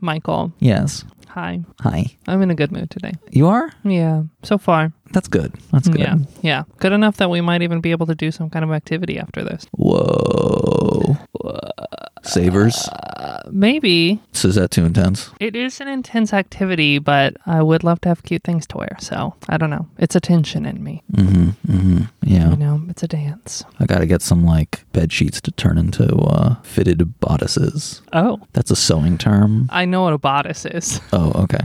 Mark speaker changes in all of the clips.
Speaker 1: Michael.
Speaker 2: Yes.
Speaker 1: Hi.
Speaker 2: Hi.
Speaker 1: I'm in a good mood today.
Speaker 2: You are?
Speaker 1: Yeah, so far.
Speaker 2: That's good. That's good.
Speaker 1: Yeah. Yeah. Good enough that we might even be able to do some kind of activity after this.
Speaker 2: Whoa. Uh, Savers.
Speaker 1: Uh, Maybe
Speaker 2: So is that too intense?
Speaker 1: it is an intense activity, but I would love to have cute things to wear. So I don't know. It's a tension in me.
Speaker 2: Mm-hmm, Yeah.
Speaker 1: You know, it's a dance.
Speaker 2: I gotta get some like bed sheets to turn into uh, fitted bodices.
Speaker 1: Oh,
Speaker 2: That's a sewing term.
Speaker 1: I know what a bodice is.
Speaker 2: Oh, okay.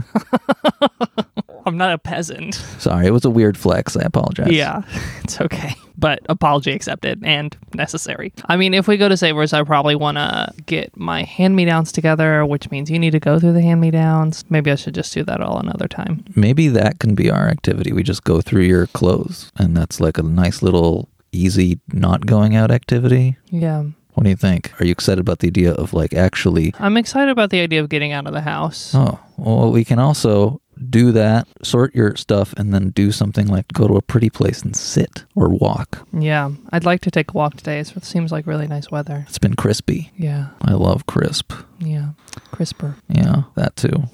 Speaker 1: I'm not a peasant.
Speaker 2: Sorry, it was a weird flex. I apologize.
Speaker 1: Yeah, it's okay. But apology accepted and necessary. I mean, if we go to Savers, I probably want to get my hand me downs together, which means you need to go through the hand me downs. Maybe I should just do that all another time.
Speaker 2: Maybe that can be our activity. We just go through your clothes, and that's like a nice little easy not going out activity.
Speaker 1: Yeah.
Speaker 2: What do you think? Are you excited about the idea of like actually?
Speaker 1: I'm excited about the idea of getting out of the house.
Speaker 2: Oh, well, we can also do that, sort your stuff, and then do something like go to a pretty place and sit or walk.
Speaker 1: Yeah. I'd like to take a walk today. It's- It seems like really nice weather.
Speaker 2: It's been crispy.
Speaker 1: Yeah.
Speaker 2: I love crisp.
Speaker 1: Yeah. Crisper.
Speaker 2: Yeah, that too.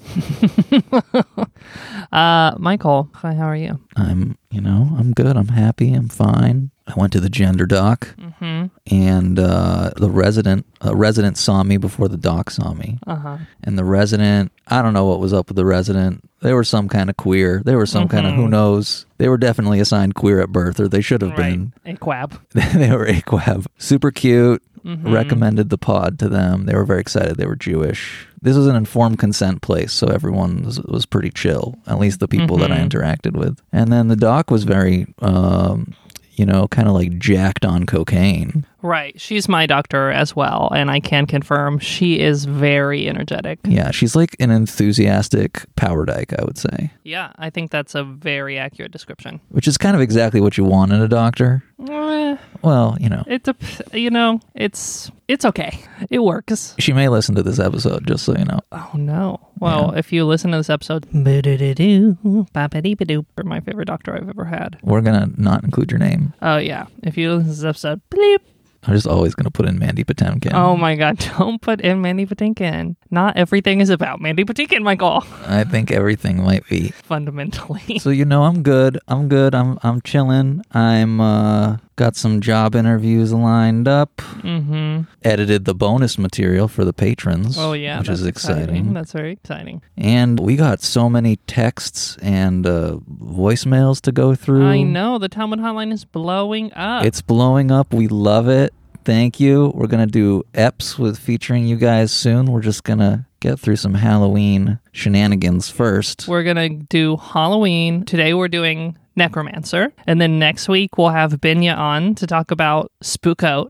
Speaker 1: Uh, Michael, hi, how are you?
Speaker 2: I'm, you know, I'm good. I'm happy. I'm fine. I went to the gender doc, and uh, the resident uh, resident saw me before the doc saw me.
Speaker 1: Uh huh.
Speaker 2: And the resident, I don't know what was up with the resident. They were some kind of queer. They were some kind of who knows. They were definitely assigned queer at birth, or they should have been.
Speaker 1: A quab. Mm-hmm.
Speaker 2: they were aquab. Super cute. Recommended the pod to them. They were very excited. They were Jewish. This was an informed consent place, so everyone was, was pretty chill. At least the people that I interacted with. And then the doc was very, um, you know, kind of like jacked on cocaine.
Speaker 1: Right. She's my doctor as well. And I can confirm she is very energetic.
Speaker 2: Yeah, she's like an enthusiastic power dyke, I would say,
Speaker 1: Yeah, I think that's a very accurate description.
Speaker 2: which is kind of exactly what you want in a doctor.
Speaker 1: Eh,
Speaker 2: Well, you know,
Speaker 1: It, dep- you know, it's it's okay. It works.
Speaker 2: she may listen to this episode, just so you know.
Speaker 1: Oh no! Well, if you listen to this episode, ba-da-da-doo, ba-ba-dee-ba-doo, you're my favorite doctor I've ever had.
Speaker 2: We're gonna not include your name.
Speaker 1: Oh yeah, if you listen to this episode, bleep.
Speaker 2: I'm just always gonna put in Mandy Potemkin.
Speaker 1: Oh my God! Don't put in Mandy Patinkin. Not everything is about Mandy Patinkin, Michael.
Speaker 2: I think everything might be.
Speaker 1: Fundamentally,
Speaker 2: So you know, I'm good. I'm good. I'm I'm chilling. I'm uh, got some job interviews lined up. Mm-hmm. Edited the bonus material for the patrons.
Speaker 1: oh yeah,
Speaker 2: which is
Speaker 1: that's
Speaker 2: exciting.
Speaker 1: That's very exciting.
Speaker 2: And we got so many texts and uh, voicemails to go through.
Speaker 1: I know the Talmud hotline is blowing up.
Speaker 2: It's blowing up. We love it. Thank you. We're gonna do eps with featuring you guys soon. We're just gonna get through some Halloween shenanigans first.
Speaker 1: We're going to do Halloween. Today we're doing Necromancer. And then next week we'll have Benya on to talk about Spookout.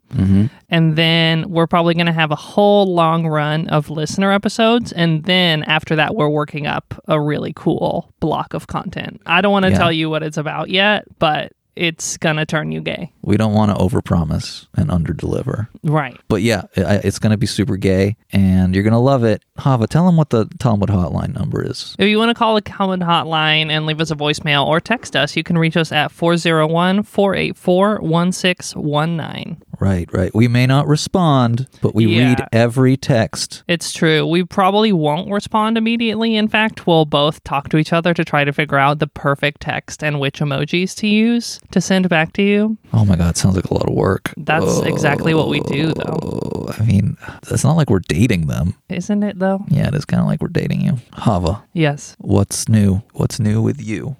Speaker 1: And then we're probably going to have a whole long run of listener episodes. And then after that, we're working up a really cool block of content. I don't want to
Speaker 2: Yeah.
Speaker 1: tell you what it's about yet, but it's going to turn you gay.
Speaker 2: We don't want to overpromise and underdeliver.
Speaker 1: Right.
Speaker 2: But yeah, i- I- it's going to be super gay, and you're going to love it. Hava, tell them what the Talmud hotline number is.
Speaker 1: If you want to call the Common Hotline and leave us a voicemail or text us, you can reach us at 401 484 1619.
Speaker 2: Right, right. We may not respond, but we
Speaker 1: Yeah.
Speaker 2: read every text.
Speaker 1: It's true. We probably won't respond immediately. In fact, we'll both talk to each other to try to figure out the perfect text and which emojis to use to send back to you.
Speaker 2: Oh my God, sounds like a lot of work.
Speaker 1: That's exactly what we do, though.
Speaker 2: Oh, I mean, it's not like we're dating them.
Speaker 1: Isn't it, though?
Speaker 2: Yeah, it is kind of like we're dating you. Hava,
Speaker 1: Yes.
Speaker 2: what's new? What's new with you?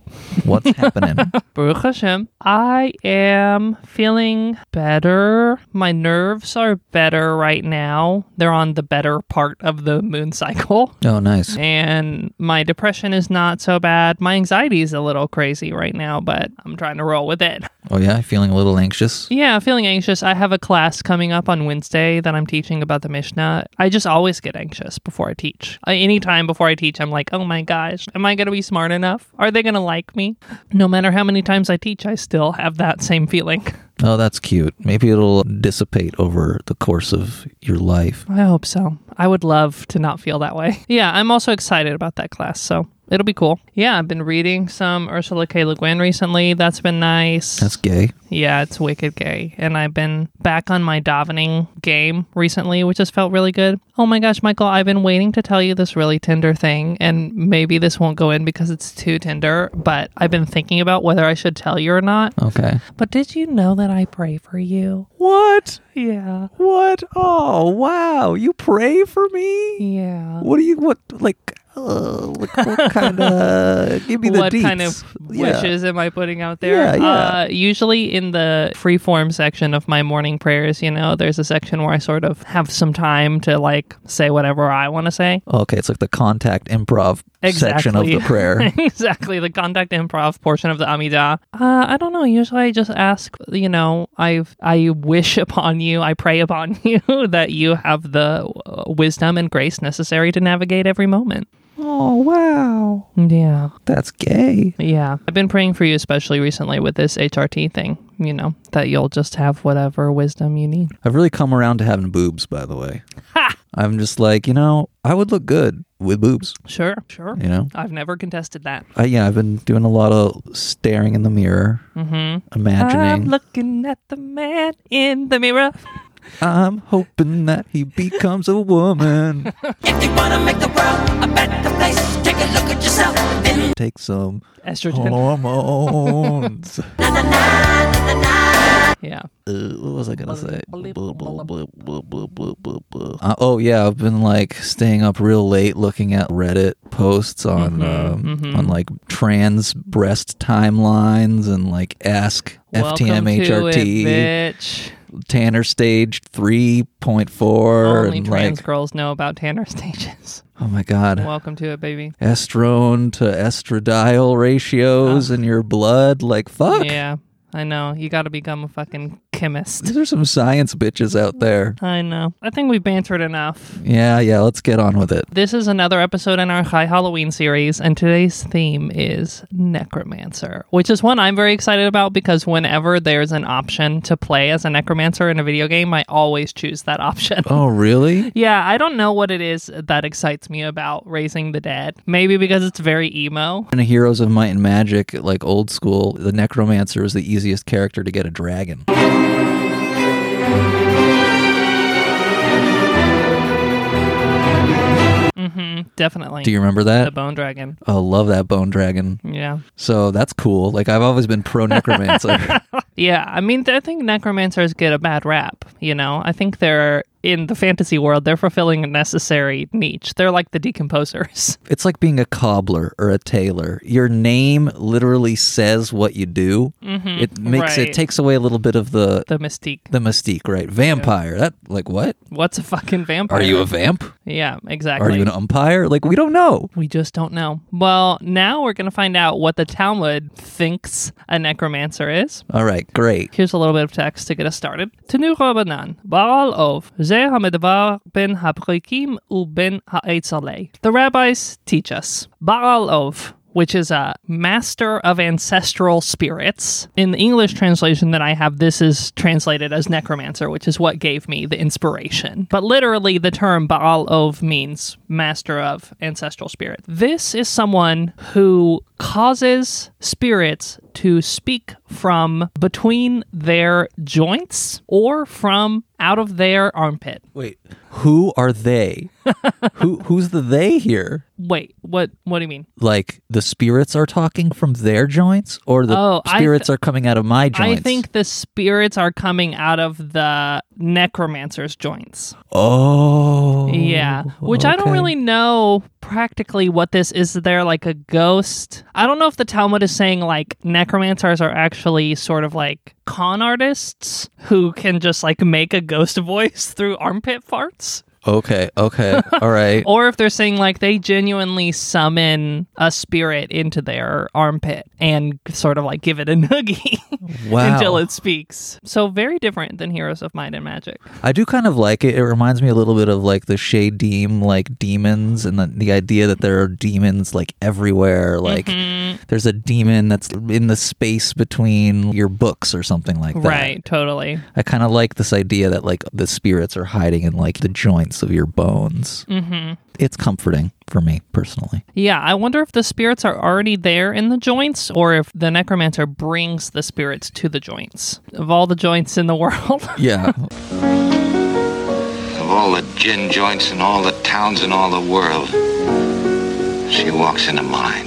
Speaker 2: What's happening?
Speaker 1: Baruch Hashem. I am feeling better. My nerves are better right now. They're on the better part of the moon cycle.
Speaker 2: Oh, nice.
Speaker 1: And my depression is not so bad. My anxiety is a little crazy right now, but I'm trying to roll with it.
Speaker 2: Oh, yeah, feeling a little anxious.
Speaker 1: Yeah, feeling anxious. I have a class coming up on Wednesday that I'm teaching about the Mishnah. I just always get anxious before I teach. I, anytime before I teach, I'm like, oh my gosh, am I going to be smart enough? Are they going to like me? No matter how many times I teach, I still have that same feeling.
Speaker 2: Oh, that's cute. Maybe it'll dissipate over the course of your life.
Speaker 1: I hope so. I would love to not feel that way. Yeah, I'm also excited about that class, so it'll be cool. Yeah, I've been reading some Ursula K. Le Guin recently. That's been nice.
Speaker 2: That's gay.
Speaker 1: yeah, it's wicked gay. And I've been back on my davening game recently, which has felt really good. Oh my gosh, Michael, I've been waiting to tell you this really tender thing, and maybe this won't go in because it's too tender, but I've been thinking about whether I should tell you or not.
Speaker 2: Okay.
Speaker 1: But did you know that I pray for you?
Speaker 2: What?
Speaker 1: Yeah.
Speaker 2: What? Oh, wow. You pray for me?
Speaker 1: Yeah.
Speaker 2: What do you, what, like, uh, like what kind of, give me the
Speaker 1: what kind
Speaker 2: deets.
Speaker 1: of
Speaker 2: Yeah.
Speaker 1: wishes am I putting out there?
Speaker 2: Yeah, yeah.
Speaker 1: Uh, usually in the free form section of my morning prayers, you know, there's a section where I sort of have some time to like say whatever I want to say.
Speaker 2: Okay, it's like the contact improv section of the
Speaker 1: Exactly.
Speaker 2: prayer.
Speaker 1: exactly the contact improv portion of the Amida. Uh, I don't know. Usually I just ask, you know, I I wish upon you, I pray upon you that you have the uh, wisdom and grace necessary to navigate every moment.
Speaker 2: oh, wow.
Speaker 1: Yeah.
Speaker 2: That's gay.
Speaker 1: Yeah. I've been praying for you, especially recently with this HRT thing, you know, that you'll just have whatever wisdom you need.
Speaker 2: I've really come around to having boobs, by the way.
Speaker 1: Ha!
Speaker 2: I'm just like, you know, I would look good with boobs,
Speaker 1: Sure. Sure.
Speaker 2: you know?
Speaker 1: I've never contested that.
Speaker 2: I, yeah, I've been doing a lot of staring in the mirror, mm-hmm.
Speaker 1: I'm
Speaker 2: imagining.
Speaker 1: looking at the man in the mirror.
Speaker 2: I'm hoping that he becomes a woman.
Speaker 3: If you wanna make the world a better place, take a look at yourself. Then
Speaker 2: Take some
Speaker 1: Estrogen.
Speaker 2: hormones.
Speaker 1: Yeah.
Speaker 2: Uh, what was I gonna say? Uh, oh yeah, I've been like staying up real late looking at Reddit posts
Speaker 1: Mm-hmm,
Speaker 2: on um, on like trans breast timelines and like ask
Speaker 1: Welcome to
Speaker 2: E. FTMHRT
Speaker 1: it, bitch.
Speaker 2: Tanner stage three point four
Speaker 1: Only
Speaker 2: and
Speaker 1: trans
Speaker 2: like
Speaker 1: girls know about Tanner stages.
Speaker 2: oh my god.
Speaker 1: Welcome to it, baby.
Speaker 2: Estrone to estradiol ratios in your blood, like fuck.
Speaker 1: Ah. Yeah, I know. You got to become a fucking chemist.
Speaker 2: These are some science bitches out there.
Speaker 1: I know. I think we've bantered enough.
Speaker 2: Yeah, yeah, let's get on with it.
Speaker 1: This is another episode in our High Halloween series, and today's theme is Necromancer, which is one I'm very excited about because whenever there's an option to play as a Necromancer in a video game, I always choose that option.
Speaker 2: Oh, really?
Speaker 1: Yeah, I don't know what it is that excites me about raising the dead. Maybe because it's very emo.
Speaker 2: In Heroes of Might and Magic, like old school, the Necromancer is the easiest character to get a dragon.
Speaker 1: Definitely.
Speaker 2: Do you remember
Speaker 1: the
Speaker 2: that?
Speaker 1: bone dragon.
Speaker 2: Oh, love that bone dragon.
Speaker 1: Yeah.
Speaker 2: So that's cool. Like, I've always been pro Necromancer.
Speaker 1: Yeah. I mean, I think necromancers get a bad rap, you know? I think they're in the fantasy world, they're fulfilling a necessary niche. They're like the decomposers.
Speaker 2: it's like being a cobbler or a tailor. Your name literally says what you do. it makes
Speaker 1: Mm-hmm. right.
Speaker 2: it takes away a little bit of the
Speaker 1: The mystique.
Speaker 2: the mystique, right? Vampire. That like what?
Speaker 1: What's a fucking vampire?
Speaker 2: Are you a vamp?
Speaker 1: Yeah, exactly.
Speaker 2: Are you an umpire? Like we don't know.
Speaker 1: we just don't know. Well, now we're going to find out what the Talmud thinks a necromancer is.
Speaker 2: All right, great.
Speaker 1: Here's a little bit of text to get us started. Tenu Rabbanan, Baal Ov, Ze Hamedvar ben Habrikim u ben Haetzalei. The rabbis teach us. Baal Ov, which is a master of ancestral spirits. In the English translation that I have, this is translated as necromancer, which is what gave me the inspiration. But literally, the term Baal Ov means master of ancestral spirit. This is someone who causes spirits to speak from between their joints or from out of their armpit.
Speaker 2: Wait, who are they? who who's the they here?
Speaker 1: Wait, what what do you mean?
Speaker 2: Like the spirits are talking from their joints, or the
Speaker 1: Oh, I th-
Speaker 2: spirits are coming out of my joints?
Speaker 1: I think the spirits are coming out of the necromancer's joints.
Speaker 2: Oh,
Speaker 1: Yeah. Which I don't
Speaker 2: okay.
Speaker 1: really know practically what this is. There like a ghost. I don't know if the Talmud is saying like necromancers are actually sort of like con artists who can just like make a ghost voice through armpit farts.
Speaker 2: Okay. Okay. All right.
Speaker 1: Or if they're saying like they genuinely summon a spirit into their armpit and sort of like give it a noogie
Speaker 2: Wow.
Speaker 1: until it speaks. So very different than Heroes of Might and Magic.
Speaker 2: I do kind of like it. It reminds me a little bit of like the Shadim, like demons, and the, the idea that there are demons like everywhere. Like
Speaker 1: Mm-hmm.
Speaker 2: there's a demon that's in the space between your books or something like that.
Speaker 1: Right, totally.
Speaker 2: I kind of like this idea that like the spirits are hiding in like the joints joints of your bones. Mm-hmm. It's comforting for me personally.
Speaker 1: Yeah, I wonder if the spirits are already there in the joints or if the necromancer brings the spirits to the joints. Of all the joints in the world.
Speaker 2: Yeah.
Speaker 4: Of all the gin joints in all the towns in all the world, she walks into mine.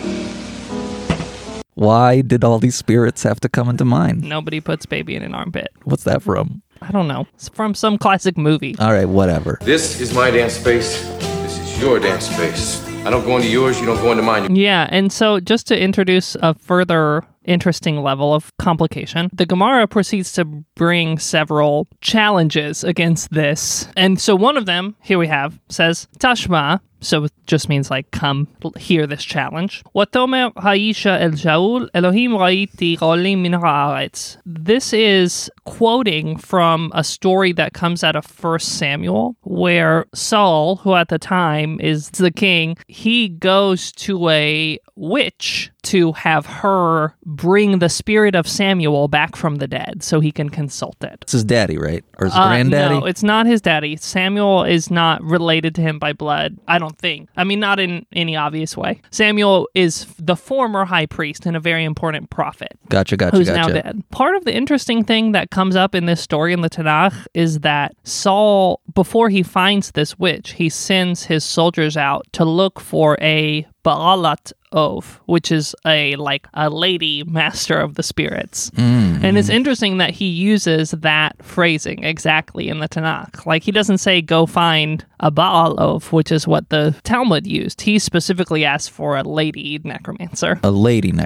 Speaker 2: Why did all these spirits have to come into mine?
Speaker 1: Nobody puts baby in an armpit.
Speaker 2: What's that from?
Speaker 1: I don't know. It's from some classic movie.
Speaker 2: All right, whatever.
Speaker 5: This is my dance space. This is your dance space. I don't go into yours, you don't go into mine.
Speaker 1: Yeah, and so just to introduce a further interesting level of complication, the Gemara proceeds to bring several challenges against this. And so one of them, here we have, says, Tashma, so it just means like, come l- hear this challenge. Watomer Haisha el Shaul Elohim Raiti Rolim min haaretz." This is quoting from a story that comes out of First Samuel, where Saul, who at the time is the king, he goes to a witch to have her bring the spirit of Samuel back from the dead so he can consult it.
Speaker 2: It's his daddy, right? Or his
Speaker 1: Uh,
Speaker 2: granddaddy?
Speaker 1: No, it's not his daddy. Samuel is not related to him by blood, I don't think. I mean, not in any obvious way. Samuel is f- the former high priest and a very important prophet
Speaker 2: gotcha, gotcha,
Speaker 1: who's
Speaker 2: gotcha.
Speaker 1: now dead. Part of the interesting thing that comes up in this story in the Tanakh is that Saul, before he finds this witch, he sends his soldiers out to look for a Baalat Ov, which is a like a lady master of the spirits.
Speaker 2: Mm.
Speaker 1: And it's interesting that he uses that phrasing exactly in the Tanakh. Like he doesn't say go find a Baal Ov, which is what the Talmud used. He specifically asked for a lady necromancer.
Speaker 2: A lady
Speaker 1: Right,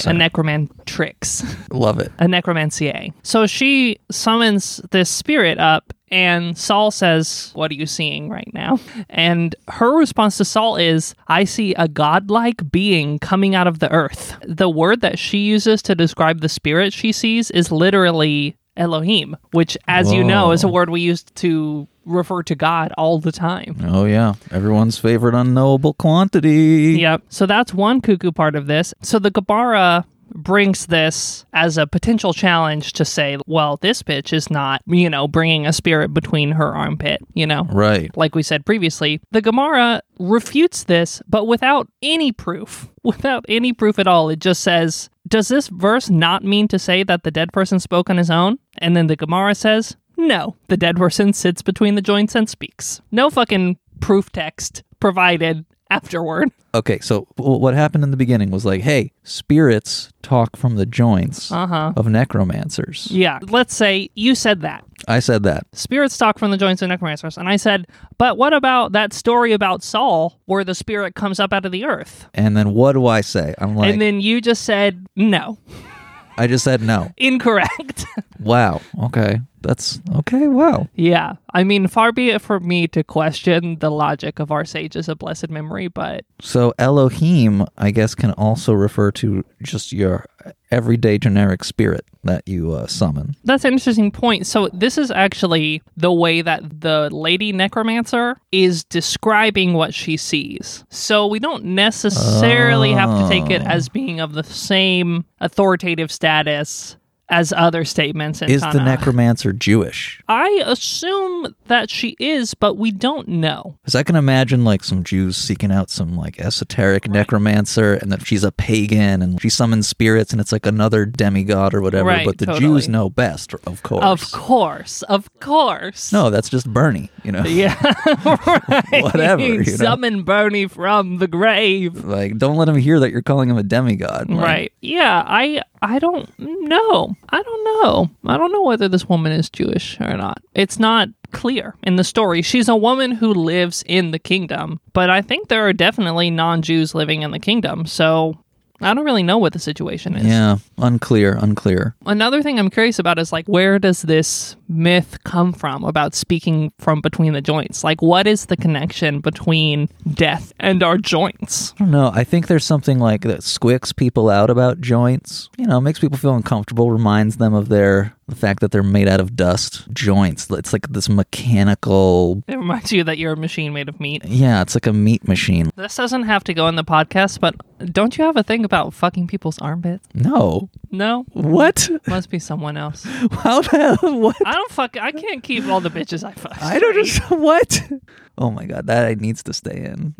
Speaker 2: necromancer.
Speaker 1: a necromantrix
Speaker 2: Love it.
Speaker 1: a necromancier. So she summons this spirit up, and Saul says, What are you seeing right now? And her response to Saul is, I see a godlike being coming out of the earth. The word that she uses to describe the spirit she sees is literally Elohim, which, as you know, is a word we use to refer to God all the time.
Speaker 2: Oh, yeah. Everyone's favorite unknowable quantity.
Speaker 1: Yep. So that's one cuckoo part of this. So the Gabara brings this as a potential challenge to say, well, this bitch is not, you know, bringing a spirit between her armpit, you know.
Speaker 2: Right.
Speaker 1: Like we said previously, the Gemara refutes this, but without any proof, without any proof at all. It just says, Does this verse not mean to say that the dead person spoke on his own? And then the Gemara says, No, the dead person sits between the joints and speaks. No fucking proof text provided afterward.
Speaker 2: Okay, so w- what happened in the beginning was like, hey, spirits talk from the joints of necromancers.
Speaker 1: Uh-huh. Yeah. Let's say you said that.
Speaker 2: I said that.
Speaker 1: Spirits talk from the joints of necromancers. And I said, but what about that story about Saul where the spirit comes up out of the earth?
Speaker 2: And then what do I say? I'm like,
Speaker 1: and then you just said, no,
Speaker 2: I just said no.
Speaker 1: incorrect.
Speaker 2: Wow. Okay. That's okay. Wow.
Speaker 1: yeah. I mean, far be it for me to question the logic of our sages of blessed memory, but
Speaker 2: So Elohim, I guess, can also refer to just your everyday generic spirit that you uh, summon.
Speaker 1: That's an interesting point. So, this is actually the way that the lady necromancer is describing what she sees. So, we don't necessarily have to take it
Speaker 2: Oh.
Speaker 1: as being of the same authoritative status as other statements in
Speaker 2: Is the
Speaker 1: Tanakh.
Speaker 2: necromancer Jewish?
Speaker 1: I assume that she is, but we don't know.
Speaker 2: Because I can imagine like some Jews seeking out some like esoteric necromancer, and that she's a pagan and she summons spirits, and it's like another demigod or whatever.
Speaker 1: Right,
Speaker 2: but the
Speaker 1: totally.
Speaker 2: Jews know best, of course.
Speaker 1: Of course, of course.
Speaker 2: No, that's just Bernie. You know,
Speaker 1: Yeah. right.
Speaker 2: Whatever, you know.
Speaker 1: Summon Bernie from the grave.
Speaker 2: like don't let him hear that you're calling him a demigod. Like,
Speaker 1: Right. Yeah, I I don't know. I don't know. I don't know whether this woman is Jewish or not. It's not clear in the story. She's a woman who lives in the kingdom, but I think there are definitely non-Jews living in the kingdom. So, I don't really know what the situation is.
Speaker 2: Yeah. Unclear. Unclear.
Speaker 1: Another thing I'm curious about is like where does this myth come from about speaking from between the joints? Like what is the connection between death and our joints?
Speaker 2: I don't know. I think there's something like that squicks people out about joints. You know, makes people feel uncomfortable, reminds them of their The fact that they're made out of dust joints. It's like this mechanical.
Speaker 1: It reminds you that you're a machine made of meat.
Speaker 2: Yeah, it's like a meat machine.
Speaker 1: This doesn't have to go in the podcast, but don't you have a thing about fucking people's armpits?
Speaker 2: No.
Speaker 1: No,
Speaker 2: What?
Speaker 1: must be someone else.
Speaker 2: How the what?
Speaker 1: I don't fuck. I can't keep all the bitches I fuck.
Speaker 2: I don't just what. Oh my god, that needs to stay in.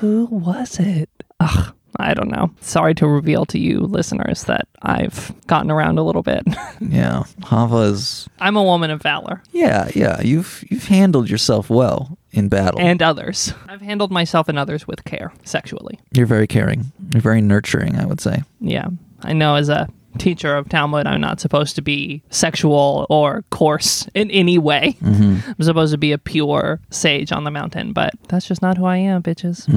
Speaker 1: Who was it? Ugh, I don't know. Sorry to reveal to you listeners that I've gotten around a little bit.
Speaker 2: Yeah, Hava's.
Speaker 1: I'm a woman of valor
Speaker 2: Yeah, yeah. You've you've handled yourself well in battle.
Speaker 1: and others. I've handled myself and others with care sexually.
Speaker 2: You're very caring. You're very nurturing. I would say.
Speaker 1: Yeah. I know as a teacher of Talmud, I'm not supposed to be sexual or coarse in any way.
Speaker 2: Mm-hmm.
Speaker 1: I'm supposed to be a pure sage on the mountain, but that's just not who I am, bitches.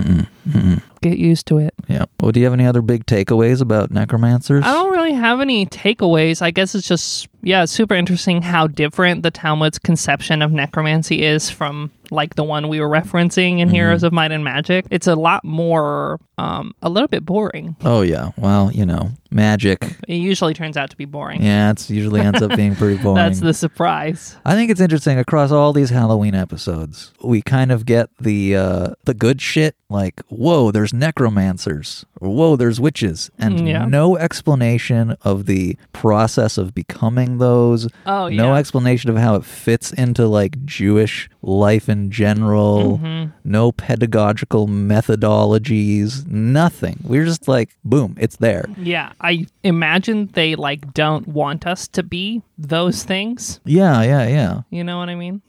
Speaker 1: Get used to it.
Speaker 2: Yeah. Well, do you have any other big takeaways about necromancers?
Speaker 1: I don't really have any takeaways. I guess it's just, yeah, it's super interesting how different the Talmud's conception of necromancy is from like the one we were referencing
Speaker 2: Mm-hmm.
Speaker 1: in Heroes of Might and Magic. It's a lot more, um, a little bit boring.
Speaker 2: Oh yeah. Well, you know, magic.
Speaker 1: It usually turns out to be boring.
Speaker 2: Yeah, it's usually ends up being pretty boring.
Speaker 1: That's the surprise.
Speaker 2: I think it's interesting across all these Halloween episodes, we kind of get the uh, the good shit, like whoa, there's necromancers, or whoa, there's witches, and
Speaker 1: Mm, Yeah.
Speaker 2: no explanation of the process of becoming those.
Speaker 1: Oh,
Speaker 2: no
Speaker 1: yeah.
Speaker 2: explanation of how it fits into like Jewish life in general.
Speaker 1: Mm-hmm.
Speaker 2: No pedagogical methodologies, nothing. We're just like, boom, it's there.
Speaker 1: Yeah, I imagine they like don't want us to be those things.
Speaker 2: Yeah, yeah, yeah.
Speaker 1: You know what I mean?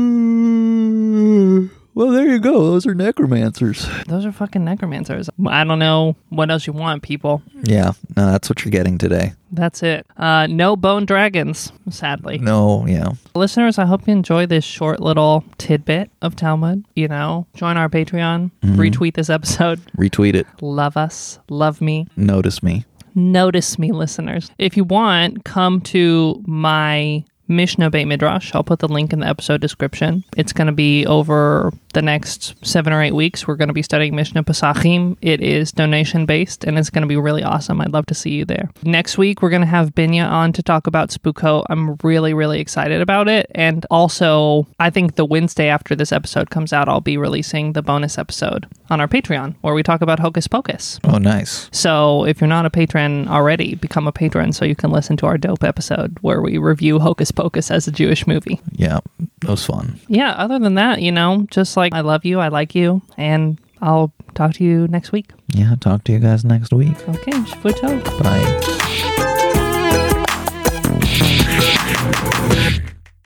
Speaker 2: Mm, Well, there you go. Those are necromancers.
Speaker 1: Those are fucking necromancers. I don't know what else you want, people.
Speaker 2: Yeah, no, that's what you're getting today.
Speaker 1: That's it. Uh, no bone dragons, sadly.
Speaker 2: No, yeah.
Speaker 1: Listeners, I hope you enjoy this short little tidbit of Talmud. You know, join our Patreon, retweet this episode.
Speaker 2: Retweet it.
Speaker 1: Love us, love me.
Speaker 2: Notice me.
Speaker 1: notice me, listeners. If you want, come to my Mishnah Beit Midrash. I'll put the link in the episode description. It's going to be over the next seven or eight weeks. We're going to be studying Mishnah Pesachim. It is donation based and it's going to be really awesome. I'd love to see you there. Next week, we're going to have Binya on to talk about Spooko. I'm really, really excited about it. And also, I think the Wednesday after this episode comes out, I'll be releasing the bonus episode on our Patreon where we talk about Hocus Pocus.
Speaker 2: Oh, nice.
Speaker 1: So if you're not a patron already, become a patron so you can listen to our dope episode where we review Hocus Pocus as a Jewish movie.
Speaker 2: Yeah, that was fun.
Speaker 1: Yeah, other than that, you know, just like I love you, I like you, and I'll talk to you next week.
Speaker 2: Yeah, talk to you guys next week.
Speaker 1: Okay, Shavuot Tov.
Speaker 2: Bye.
Speaker 6: Thank